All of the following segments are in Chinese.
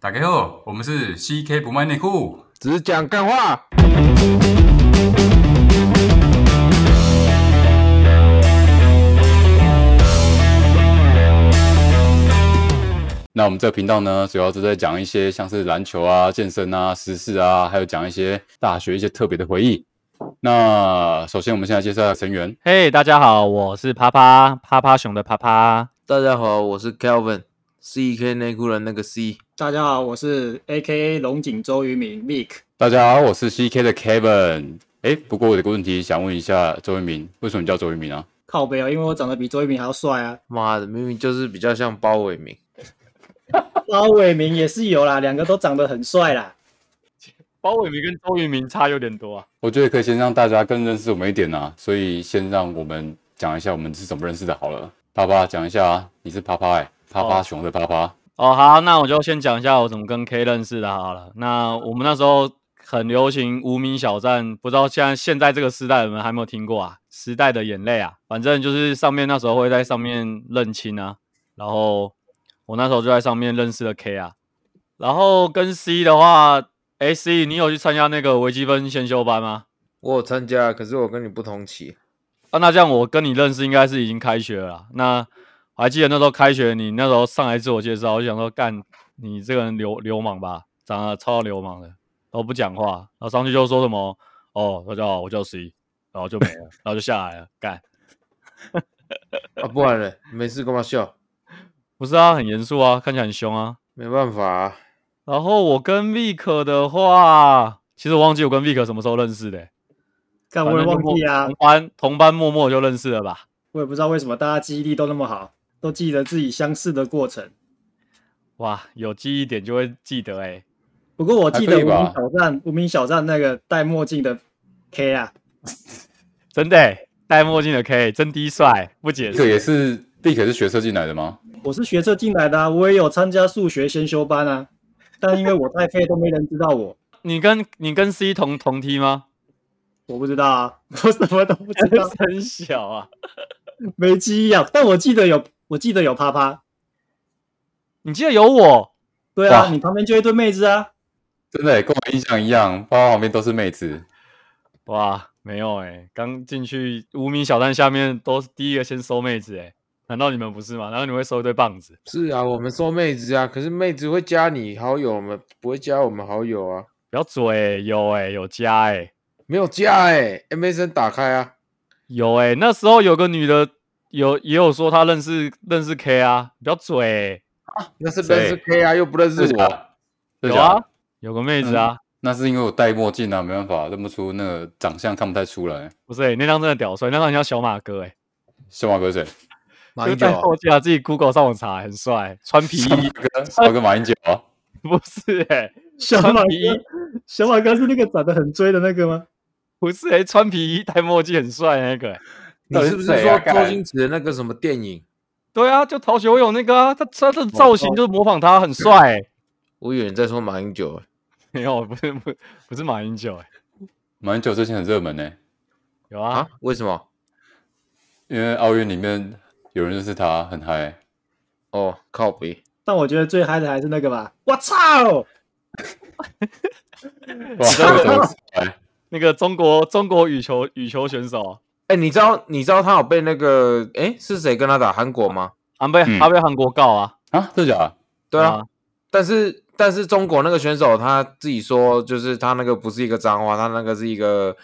打开后，我们是 CK 不卖内裤。只讲干话。那我们这个频道呢，主要是在讲一些像是篮球啊、健身啊、时事啊，还有讲一些大学一些特别的回忆。那首先，我们现在介绍成员。嘿大家好，我是啪啪啪啪熊的啪啪。大家好，我是 Kelvin，CK 内裤人那个 C。大家好，我是 A K A 龙井周渝民 Mick。大家好，我是 CK 的 Kevin。哎，不过我有个问题想问一下周渝民，为什么你叫周渝民啊？靠背哦，因为我长得比周渝民还要帅啊。妈的，明明就是比较像包伟明。包伟明也是有啦，两个都长得很帅啦。包伟明跟周渝民差有点多啊。我觉得可以先让大家更认识我们一点啊，所以先让我们讲一下我们是怎么认识的好了。啪啪讲一下啊，你是啪啪哎、啪啪哦熊的啪啪。哦，好，那我就先讲一下我怎么跟 K 认识的好了。那我们那时候很流行无名小站，不知道现在现在这个时代你们还没有听过啊？时代的眼泪啊，反正就是上面那时候会在上面认亲啊，然后我那时候就在上面认识了 K 啊，然后跟 C 的话，哎 C 你有去参加那个微积分先修班吗？我有参加，可是我跟你不同期。 啊，那这样我跟你认识应该是已经开学了啦。那我还记得那时候开学，你那时候上来自我介绍，我就想说，干你这个人流流氓吧，长得超流氓的，都不讲话，然后上去就说什么哦，大家好，我叫 C，然后就没了，然后就下来了。干啊，不然嘞，没事干嘛笑？不是啊，很严肃啊，看起来很凶啊。没办法、啊，然后我跟 Vic 的话，其实我忘记我跟 Vic 什么时候认识的欸、但反我也正就忘默记啊同，班同班默默就认识了吧。我也不知道为什么大家记忆力都那么好，都记得自己相似的过程。哇，有记忆点就会记得哎、不过我记得还无可以名吧小站，无名小站那个戴墨镜的 K 啊，真的、欸，戴墨镜的 K 真低帅，不解这个释。也是，立可是学车进来的吗？我是学测进来的啊，我也有参加数学先修班啊，但因为我太废，都没人知道我。你跟你跟 C 同同梯吗？我不知道啊， 我什么都不知 道，真小啊！没记忆啊。但我记得有，我记得有啪啪。你记得有我？对啊，哇你旁边就一堆妹 子啊。真的、欸、跟我印象一样，啪啪旁边都是妹子。哇，没有哎、刚进去无名小站下面都是第一个先收妹子哎、难道你们不是吗？难道你会收一堆棒子？是啊，我们收妹子啊，可是妹子会加你好友吗？不会加我们好友啊，不要嘴、有哎、有加哎、没有加哎、MSN 打开啊，有哎、那时候有个女的有也有说她认识认识 K 啊，不要嘴、那是认识 K 啊，又不认识真的假我。的真有的假的嗯啊，有个妹子啊，那是因为我戴墨镜啊，没办法认不出那个长相，看不太出来。不是、欸、那张真的屌帅，那张很像小马哥哎、小马哥 是谁？马就英九戴啊，后架自己 Google 上网查，很帅，穿皮小 马衣，哥，小马哥马英九啊，不是哎、小马穿皮衣哥，小马哥是那个长得很追的那个吗？不是哎、穿皮衣戴墨镜很帅那个、欸。你是不是到底是谁啊说干周星驰的那个什么电影？对啊，就逃学我有那个啊，他他的造型就是模仿他，很帅、欸。 我以为你在说马英九、欸，没有，不是不不是马英九哎、马英九最近很热门呢、有啊，啊？为什么？因为奥运里面有人认识他，很嗨。哦，靠北。但我觉得最嗨的还是那个吧。我操！哇，这个 怎么出来？那个中国中国羽球羽球选手，哎、你知道你知道他有被那个哎、是谁跟他打韩国吗？他被、嗯啊他被韩国告啊，啊，真的假的？对啊，，但是但是中国那个选手他自己说，就是他那个不是一个脏话，他那个是一个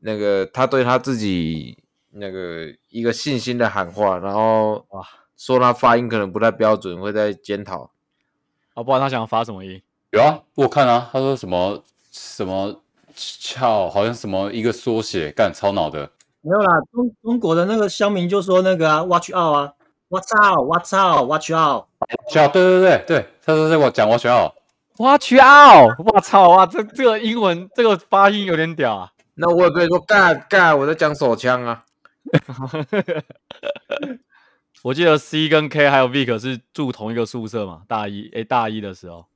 那个他对他自己那个一个信心的喊话，然后哇说他发音可能不太标准，会在检讨。啊，不然他想发什么音？有啊，我有看啊，他说什么什么翘，好像什么一个缩写，干超脑的。没有啦，中中国的那个乡民就说那个啊，watch out 啊，我操，我操，watch out。小对对对对，他说在我讲我学校，哇去奥，我操哇，这这个英文这个发音有点屌啊，那我也可以说干干，我在讲手枪啊。我记得 C 跟 K 还有 Vic 是住同一个宿舍嘛，大一哎、大一的时候，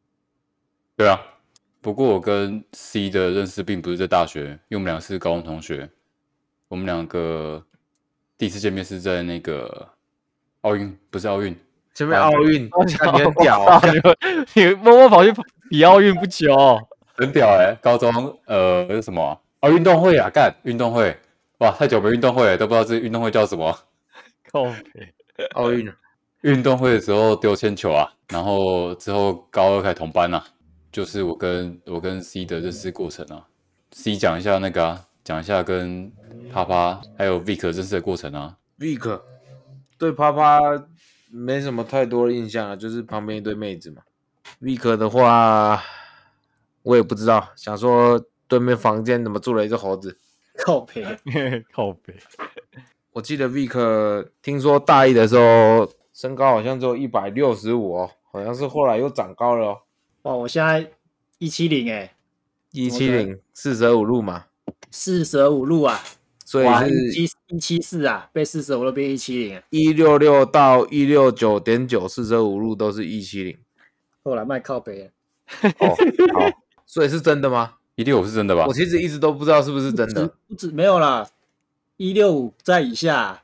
对啊，不过我跟 C 的认识并不是在大学，因为我们俩是高中同学。我们两个第一次见面是在那个奥运，不是奥运，前面奥运，看你很屌哇哦，操，你们你默默跑去比奥运不久、很屌哎、高中呃是什么啊哦运动会啊，干运动会，哇，太久没运动会了，都不知道这运动会叫什么。靠北奥运啊运动会的时候丢铅球啊，然后之后高二开始同班啊，就是我跟我跟 C 的认识过程啊。C 讲一下那个啊，讲一下跟啪啪还有 Vic 认识的过程啊。 Vic 对啪啪没什么太多的印象了，就是旁边一堆妹子嘛。Vic 的话，我也不知道，想说对面房间怎么住了一只猴子。靠背，靠北，我记得 Vic 听说大一的时候身高好像只有一百六十五哦，好像是后来又长高了哦，哇！我现在一七零哎，一七哦零四舍五入嘛，四舍五入啊，所以哇，一是七一七四啊，被四舍五入变一七零，哎一六六到一六九点九，四舍五入都是一七零。后来卖靠背了，哦， 好，所以是真的吗？一六五是真的吧我？其实一直都不知道是不是真的不止没有啦，一六五在以下啊、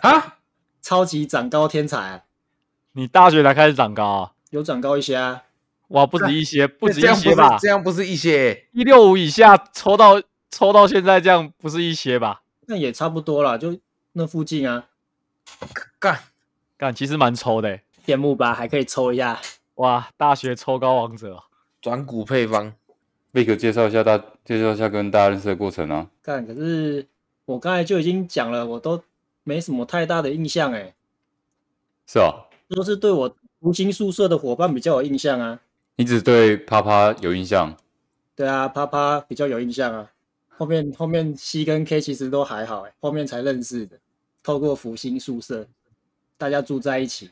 啊。超级长高天才啊、你大学才开始长高啊？有长高一些啊，哇，不止一些，不止这一样不些是吧？这样不是一些一六五以下抽到抽到现在这样，不是一些吧？那也差不多啦，就那附近啊，干干，其实蛮抽的欸、羡慕吧，还可以抽一下。哇，大学抽高王者哦，转骨配方， Vic 介绍一下大介绍一下跟大家认识的过程啊。干，可是我刚才就已经讲了，我都没什么太大的印象哎，是哦，都是对我读新宿舍的伙伴比较有印象啊。你只对啪啪有印象，对啊，啪啪比较有印象啊。后面后面 C 跟 K 其实都还好哎，后面才认识的，透过福星宿舍，大家住在一起。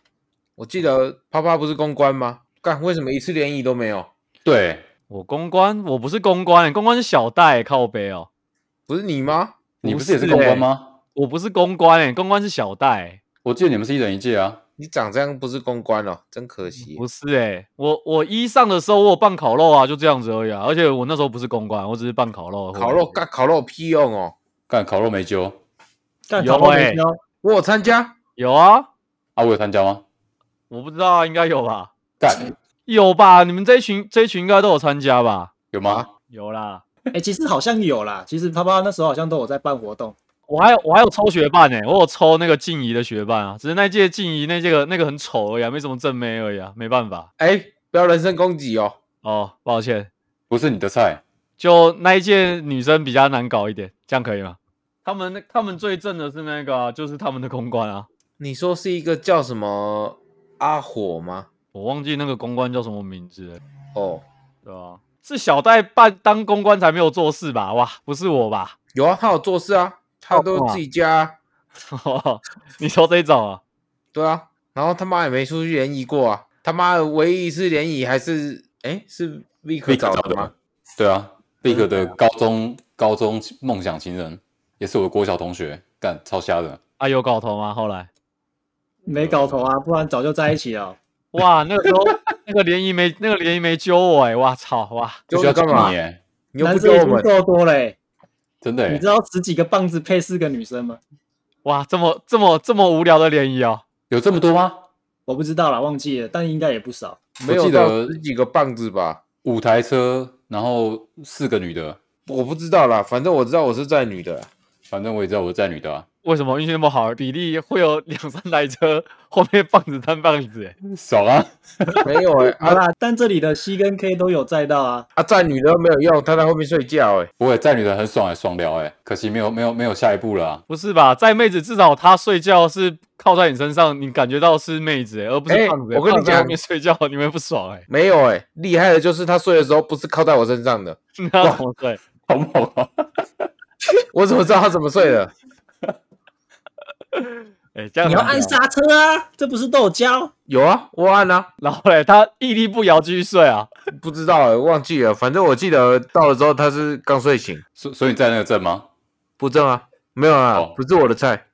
我记得啪啪不是公关吗？干为什么一次联谊都没有？对，我公关，我不是公关欸、公关是小戴欸、靠北哦，不是你吗？你不不是也是是公欸关吗？我不是公关、欸，公关是小戴欸、我记得你们是一人一届啊。你长这样不是公关哦，真可惜不。是哎、我我一上的时候我有办烤肉啊，就这样子而已啊。而且我那时候不是公关，我只是办烤肉而已。烤肉干烤肉有屁用哦！干烤肉没揪干有讨论欸没哦有我有参加，有啊，啊？我有参加吗？我不知道啊，应该有吧？干有吧？你们这一群这一群应该都有参加吧？有吗？有啦，哎、其实好像有啦，其实啪啪那时候好像都有在办活动。我还有我还有抽学伴呢、我有抽那个静怡的学伴啊，只是那届静怡那届个那个很丑而已、啊，没什么正妹而已啊，没办法哎，不要人身攻击哦。哦，抱歉，不是你的菜。就那一届女生比较难搞一点，这样可以吗？他们那他们最正的是那个啊、就是他们的公关啊，你说是一个叫什么阿火吗？我忘记那个公关叫什么名字了，哦，对吧、啊是小戴办当公关才没有做事吧？哇，不是我吧？ 有啊，他有做事啊，他都哦自己家、啊，你抽这一种啊？对啊，然后他妈也没出去联谊过啊，他妈的唯一一次联谊还是哎是 Vic Vic 找找的的吗吗？对啊，Big 的高中高中梦想情人，也是我的国小同学，干超瞎的。啊，有搞头吗？后来，没搞头啊，不然早就在一起了。哇，那个时候那个联谊没那个联谊没揪我哎、哇操哇，揪不需要你干嘛你？耶？你又不男揪生已我经们？够多了、欸，真的你耶知，道十几个棒子配四个女生吗？哇，这么这么这么无聊的联谊哦，有这么多吗？我不知道啦，忘记了，但应该也不少。没我有记到得十几个棒子吧？五台车，然后四个女的，我不知道啦，反正我知道我是在女的啦。反正我也知道我是在女的啊。为什么运气那么好，比例会有两三台车后面棒子单棒子哎、爽啊！ 没有哎、好啊 啦，但这里的 C 跟 K 都有载到啊。啊，在女的没有用，她在后面睡觉哎、不会在女的很爽哎，爽聊哎，可惜没有没有没有下一步了啊。不是吧？在妹子至少她睡觉是靠在你身上，你感觉到是妹子、欸，而不是哎胖子欸、我跟你胖子在后讲面睡觉你会不爽 哎、没有哎、厉害的就是她睡的时候不是靠在我身上的，那要怎么睡？好猛啊！我怎么知道她怎么睡的？哎、这样 你要很无按聊刹车啊，这不是都有 教？有啊，我按啊，然后嘞，她屹立不摇继续睡啊。不知道哎、忘记了，反正我记得到了之后她是刚睡醒，所所以你在那个镇吗？不正啊，没有啊，哦不是我的菜。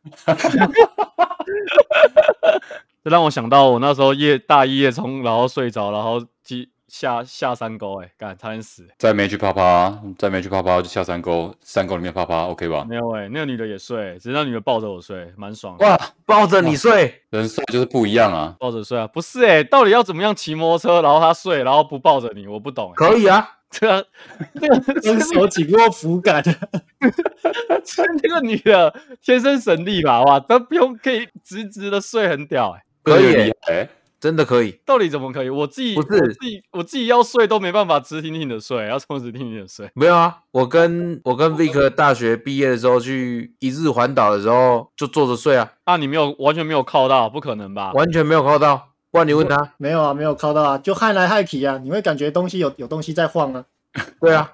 这让我想到我那时候夜大一夜冲，然后睡着，然后记下下山沟，哎，干差点死、欸再没去啪啪，再没去啪啪就下山沟，山沟里面啪啪，OK 吧？没有哎、那个女的也睡、只是那女的抱着我睡，蛮爽的。哇，抱着你睡，人帅就是不一样啊。抱着睡啊？不是哎、到底要怎么样骑摩托车，然后她睡，然后不抱着你？我不懂、欸。可以啊，这个 双手紧握扶杆，啊这这个女的天生神力吧？哇，她不用可以直直的睡，很屌哎、可以这个耶厉，害欸，真的可以。到底怎么可以？我自己不是我自己我自己要睡都没办法直挺挺的睡，要怎么直挺挺的睡？没有啊，我跟我跟 Vic 大学毕业的时候去一日环岛的时候，就坐着睡啊，啊，你没有完全没有靠到，不可能吧？完全没有靠到。不然你问他， 没有啊，没有靠到啊，就害来害去啊，你会感觉东西有有东西在晃啊。对啊，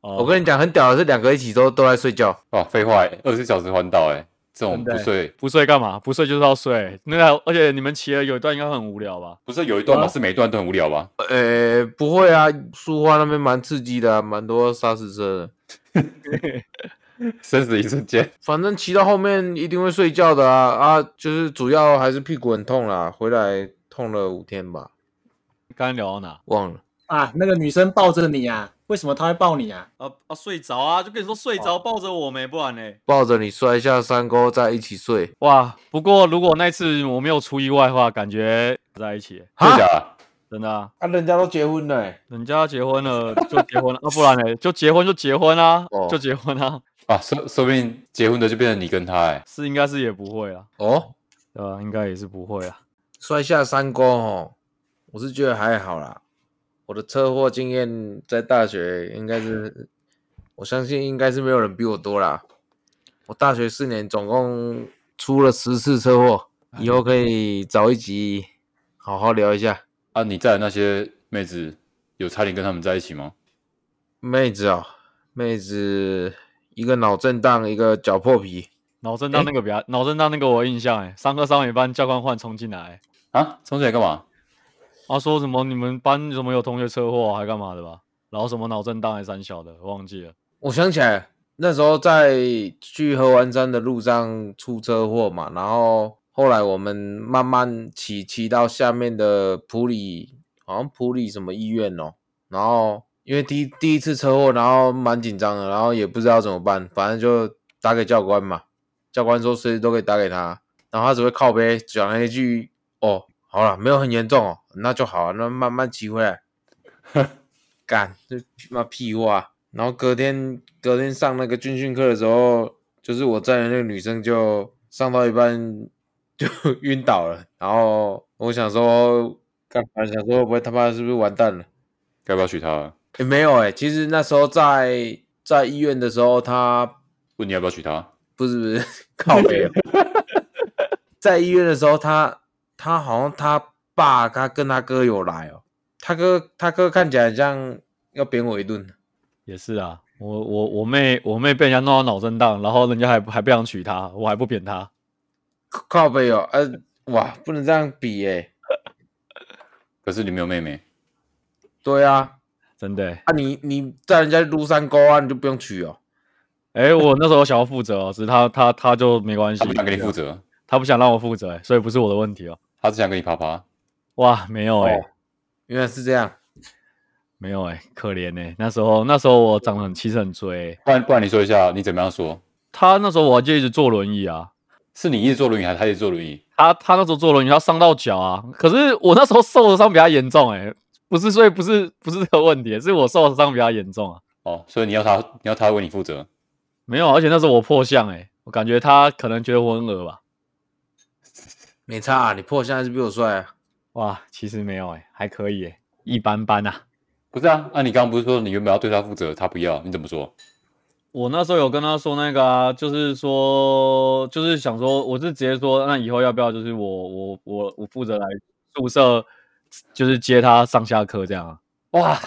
哦我跟你讲，很屌的是两个一起都都在睡觉，哇，废话欸，二十四小时环岛，哎，这种真的不欸睡，不睡干嘛？不睡就是要睡。那个，而且你们骑了有一段应该很无聊吧？不是有一段吗？啊是每一段都很无聊吧？呃，不会啊，苏花那边蛮刺激的啊、蛮多砂石车的， 生死一瞬间，反正骑到后面一定会睡觉的啊啊，就是主要还是屁股很痛啦，回来痛了五天吧，刚才聊到哪？忘了。啊，那个女生抱着你啊，为什么她会抱你啊？啊啊，睡着啊，就跟你说睡着，抱着我没，不然呢、抱着你摔下山沟，再一起睡哇，不过如果那次我没有出意外的话，感觉在一起，真啊假的？真的、啊。啊！人家都结婚了欸、人家结婚了就结婚了啊，不然呢？就结婚就结婚啊，哦就结婚啊，啊，说说不定结婚的就变成你跟他，哎，是应该是也不会啊，哦，对吧、应该也是不会啊。摔下山沟哦，我是觉得还好啦。我的车祸经验在大学应该是，我相信应该是没有人比我多啦。我大学四年总共出了十次车祸，以后可以找一集好好聊一下。啊，你在的那些妹子有差点跟他们在一起吗？妹子哦，妹子一个脑震荡，一个脚破皮，脑震荡那个比较，脑震荡那个我有印象哎、上课上一半教官换冲进来、欸，啊，冲进来干嘛？他说什么你们班什么有同学车祸、啊还干嘛的吧？然后什么脑震荡还是三小的，我忘记了。我想起来，那时候在去合欢山的路上出车祸嘛，然后后来我们慢慢骑骑到下面的普里，好像普里什么医院哦，然后因为第一第一次车祸，然后蛮紧张的，然后也不知道怎么办，反正就打给教官嘛，教官说随时都可以打给他，然后他只会靠背讲了一句哦，好了，没有很严重哦，那就好，那慢慢骑回来。干，这妈屁话。然后隔天隔天上那个军训课的时候，就是我载的那个女生就上到一半就 晕倒了，然后我想说，干嘛想说会不会他妈是不是完蛋了？该不要娶她啊？也没有哎、其实那时候在在医院的时候，她问你要不要娶她？啊不是不是 靠北哦，在医院的时候，他他好像他爸他跟他哥有来哦，他哥他哥看起来很像要扁我一顿，也是啊，我我我妹我妹被人家弄到脑震荡，然后人家还还不想娶她，我还不扁她。靠靠背哦，呃哇，不能这样比哎、可是你没有妹妹，对啊，真的、欸，啊你你在人家撸山沟啊，你就不用娶哦，哎、我那时候想要负责哦，只是她她她就没关系她不，想跟你负责，她不想让我负责、欸，所以不是我的问题哦。她只想跟你啪啪。哇，没有哎、哦原来是这样，没有哎、可怜哎、那时候那时候我长得很其实很追欸、不然不然你说一下，你怎么样说？他那时候我就一直坐轮椅啊，是你一直坐轮椅，还是她一直坐轮椅？他他那时候坐轮椅，他伤到脚啊，可是我那时候受的伤比他严重哎、不是所以不是不是这个问题，是我受的伤比他严重啊，哦，所以你要她，你要她为你负责，没有，而且那时候我破相哎、我感觉他可能觉得我很恶吧，没差、啊，你破相还是比我帅啊，哇，其实没有哎、还可以哎、一般般啊。不是啊？那、你刚刚不是说你原本要对她负责，她不要，你怎么说？我那时候有跟他说那个啊，就是说，就是想说，我是直接说，那以后要不要就是我我我我负责来宿舍，就是接他上下课这样啊？哇，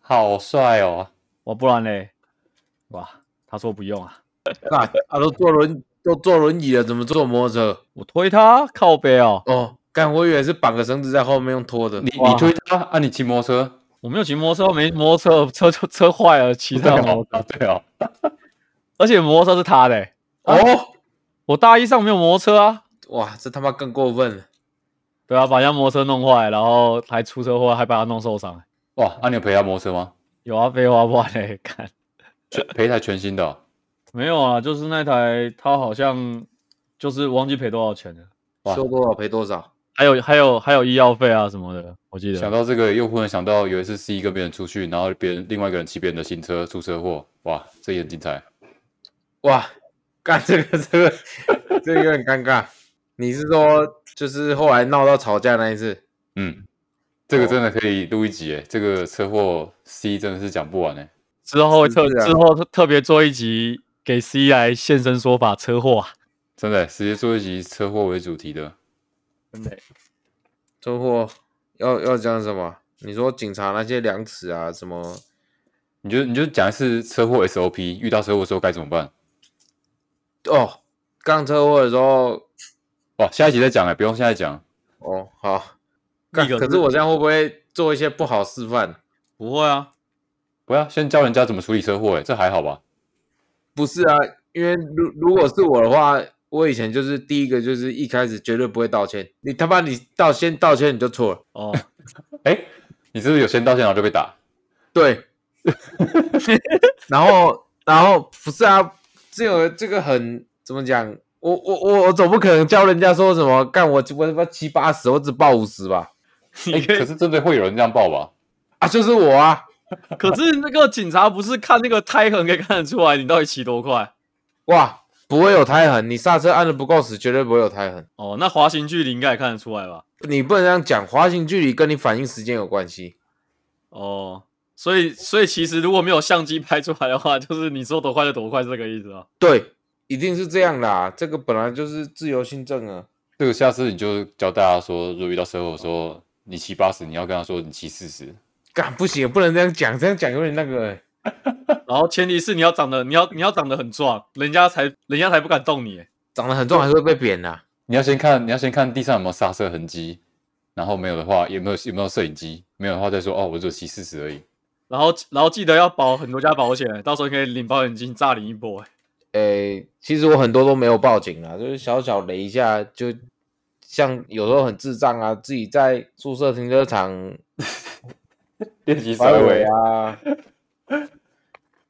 好帅哦！哇，不然嘞，哇，他说不用啊，干啊都坐轮都坐轮椅了，怎么坐摩托车？我推他靠背哦，哦，干我以为是绑个绳子在后面用拖的，你哇你推她啊？你骑摩托车？我没有骑摩托车，没摩托车，车就车坏了，骑上摩托车，啊，对哦，而且摩托车是他的欸、哦我大一上没有摩托车啊，哇，这他妈更过分了。对啊，把人家摩托车弄坏，然后还出车祸，还把他弄受伤。哇，啊那、你有赔他摩托车吗？有啊，废话不然嘞， 看全赔一台全新的哦、没有啊？就是那台，他好像就是忘记赔多少钱了，哇说多少赔多少。还有还有还有医药费啊什么的，我记想得。到这个，又忽然想到有一次 C 跟别人出去，然后别人另外一个人骑别人的新车出车祸，哇，这也很精彩。哇，干这个这个这个有点尴尬。你是说就是后来闹到吵架那一次？嗯，这个真的可以录一集诶，这个车祸 C 真的是讲不完诶。之后会特、是啊之后特特别做一集给 C 来现身说法车祸啊，真的耶直接做一集车祸为主题的。真的。车祸要要讲什么？你说警察那些量尺啊，什么你就你就讲一次车祸 SOP，遇到车祸的时候该怎么办？哦，刚车祸的时候哇，下一集再讲哎，不用现在讲。哦，好。干一个可是是我这样会不会做一些不好示范？不会啊，不要先教人家怎么处理车祸哎，这还好吧？不是啊，因为如如果是我的话，我以前就是第一个就是一开始绝对不会道歉。你他妈你道先道歉你就错了，哦，哎，你是不是有先道歉然后就被打？对。 然后然后不是啊，这个这个很怎么讲？我我我我总不可能教人家说什么干我我他妈七八十，我只报五十吧？哎，你可以可是真的会有人这样报吧？啊，就是我啊，可是那个警察不是看那个胎痕可以看得出来你到底骑多快哇，不会有胎痕，你刹车按的不够死，绝对不会有胎痕。哦？那滑行距离应该也看得出来吧？你不能这样讲，滑行距离跟你反应时间有关系。哦，所以所以其实如果没有相机拍出来的话， 就是你说多快就多快，是这个意思啊？对，一定是这样啦，这个本来就是自由性证啊。这个下次你就教大家说，如果遇到车祸的时候，你骑八十，你要跟他说你骑四十。干不行，不能这样讲，这样讲有点那个、欸。然后前提是你要长得你要你要长得很壮，人家才人家才不敢动你欸。长得很重还是会被扁啊呐、你要先看，你要先看地上有没有刹车痕迹，然后没有的话，有没有有没有摄影机，没有的话再说哦，我只有骑四十而已。然后然后记得要保很多家保险欸，到时候你可以领保险金炸你一波欸。诶、其实我很多都没有报警啦，就是小小雷一下，就像有时候很智障啊，自己在宿舍停车场练习甩尾，啊，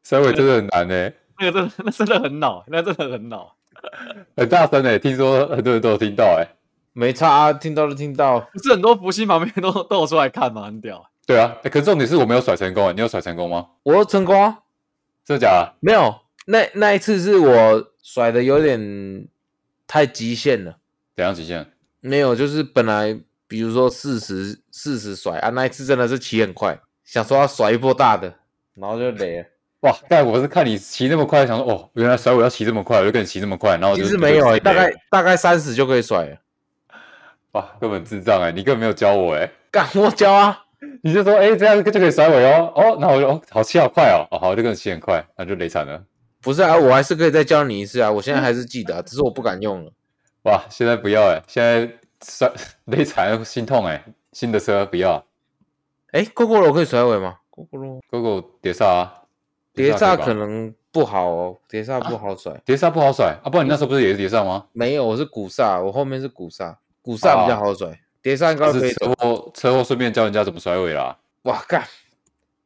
甩尾真的很难呢、欸那个真的那真的很恼，那真的很欸恼。很大声呢、欸听说很多人都有听到哎、没差啊，听到就听到。不是很多福星旁边都都有出来看嘛，很屌欸。对啊，欸可是重点是我没有甩成功、欸，你有甩成功吗？我说成功啊，真的假的？没有，那那一次是我甩的有点太极限了，怎样极限？没有，就是本来比如说四十四十甩啊，那一次真的是骑很快，想说要甩一波大的，然后就累了。哇！但我是看你骑那么快，想说哦，原来甩尾要骑这么快，我就跟你骑这么快，然后我其哦就实没有、我欸，就大概大概三十就可以甩了。哇，根本智障哎、你根本没有教我哎、干我教啊，你就说哎、这样就可以甩尾哦，哦，那我就哦好骑好快哦，哦好，我就跟你骑很快，那就累惨了。不是啊，我还是可以再教你一次啊，我现在还是记嗯得、啊，只是我不敢用了。哇，现在不要哎、现在摔 累惨心痛哎、新的车不要哎、过过了我可以甩尾吗？过过了， ，GoGo 碟刹啊，碟刹吧啊可能不好哦，碟刹不好甩。碟刹不好甩啊，不然你那时候不是也是碟刹吗？没有，我是鼓刹，我后面是鼓刹，鼓刹比较好甩，碟刹应该就啊可以哦是走。车祸车祸顺便教人家怎么甩尾啦，哇干，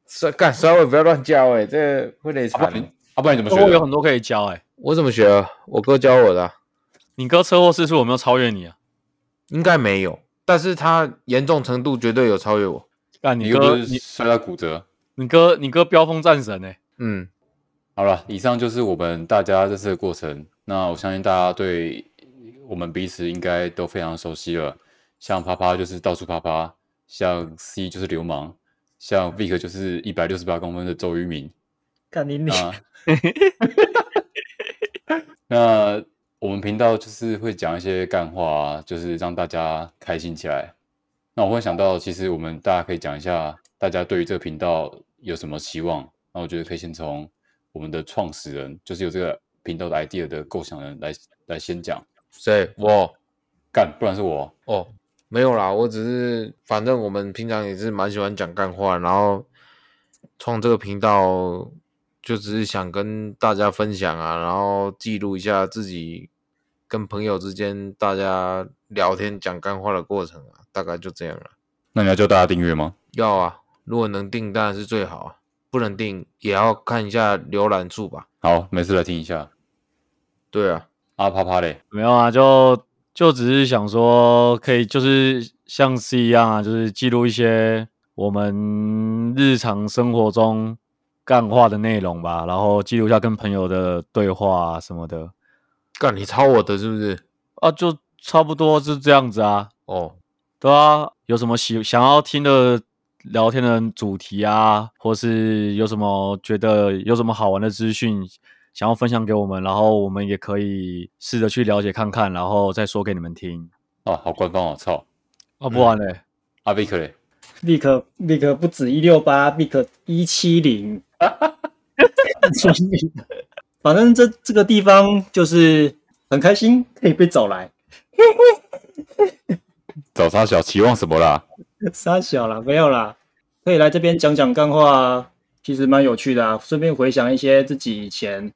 甩干甩尾不要乱教哎、欸，这会累啊不惨然你的。啊不然你怎么车祸学有的？很多可以教哎、我怎么学啊？我哥教我的啊、你哥车祸次数有没有超越你啊？应该没有，但是他严重程度绝对有超越我。干你你又不哥是你摔到骨折？你哥你哥飙风战神哎、嗯，好了，以上就是我们大家认识的过程。那我相信大家对我们彼此应该都非常熟悉了。像啪啪就是到处啪啪，像 C 就是流氓，像 Vic 就是一百六十八公分的周渝民。看你你啊，那我们频道就是会讲一些干话啊，就是让大家开心起来。那我会想到，其实我们大家可以讲一下，大家对于这个频道有什么期望？那我觉得可以先从我们的创始人，就是有这个频道的 idea 的构想人来来先讲。谁我干，不然是我啊哦，没有啦，我只是反正我们平常也是蛮喜欢讲干话，然后创这个频道就只是想跟大家分享啊，然后记录一下自己跟朋友之间大家聊天讲干话的过程啊，大概就这样了。那你要叫大家订阅吗？要啊，如果能订当然是最好啊，不能订也要看一下浏览处吧。好，没事来听一下。对啊，啊啪啪嘞，没有啊，就就只是想说，可以就是像是一样啊，就是记录一些我们日常生活中干话的内容吧，然后记录一下跟朋友的对话啊什么的干你抄我的是不是？啊，就差不多是这样子啊，哦，对啊，有什么喜想要听的聊天的主题啊，或是有什么觉得有什么好玩的资讯想要分享给我们，然后我们也可以试着去了解看看，然后再说给你们听。哦，好官方哦，操，哦，不玩嘞、阿 Vic 嘞，立刻立刻不止一六八，立刻一七零，所以反正这这个地方就是很开心，可以被找来，早上小期望什么啦？ 傻小啦，没有啦，可以来这边讲讲干话啊，其实蛮有趣的啊，顺便回想一些自己以前，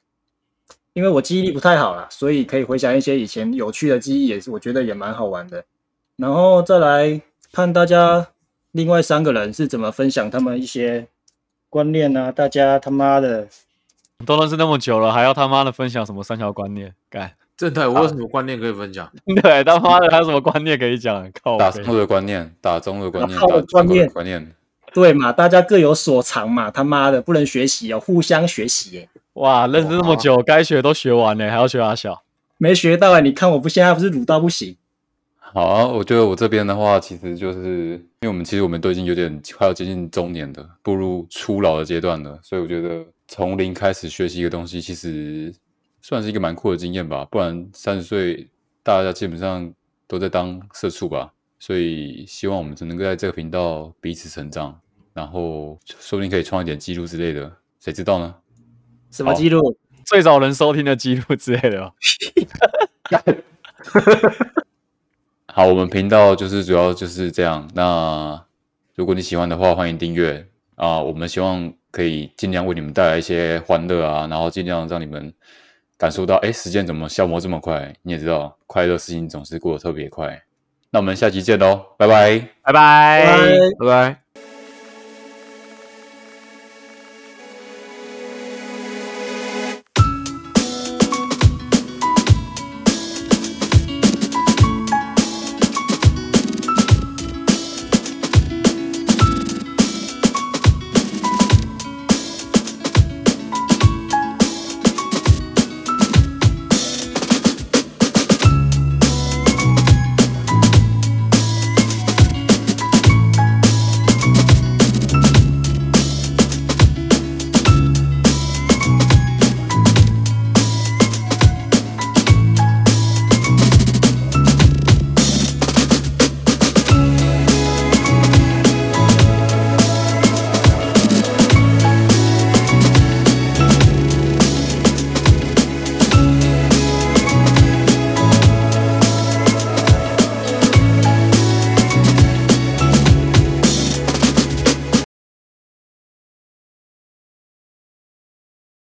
因为我记忆力不太好啦，所以可以回想一些以前有趣的记忆，也是我觉得也蛮好玩的。然后再来看大家另外三个人是怎么分享他们一些观念啊，大家他妈的都认识那么久了，还要他妈的分享什么三条观念？干， 正太，我有什么观念可以分享？对，他妈的还有什么观念可以讲？ 靠打北，中路的观念，打中路的观念，打打中路的中观路念的观念，对嘛，大家各有所长嘛，他妈的不能学习哦，互相学习耶。哇，认识那么久，该学都学完了，还要学阿小？没学到啊！你看我不现在不是鲁到不行，好啊，我觉得我这边的话，其实就是因为我们其实我们都已经有点快要接近中年的，步入初老的阶段了，所以我觉得从零开始学习一个东西，其实算是一个蛮酷的经验吧。不然三十岁大家基本上都在当社畜吧，所以希望我们只能够在这个频道彼此成长，然后说不定可以创一点记录之类的，谁知道呢？什么记录？最早人收听的记录之类的哦吧。好，我们频道就是主要就是这样。那如果你喜欢的话，欢迎订阅啊！我们希望可以尽量为你们带来一些欢乐啊，然后尽量让你们感受到，哎，时间怎么消磨这么快？你也知道，快乐事情总是过得特别快。那我们下期见喽，拜拜。拜拜。拜拜拜。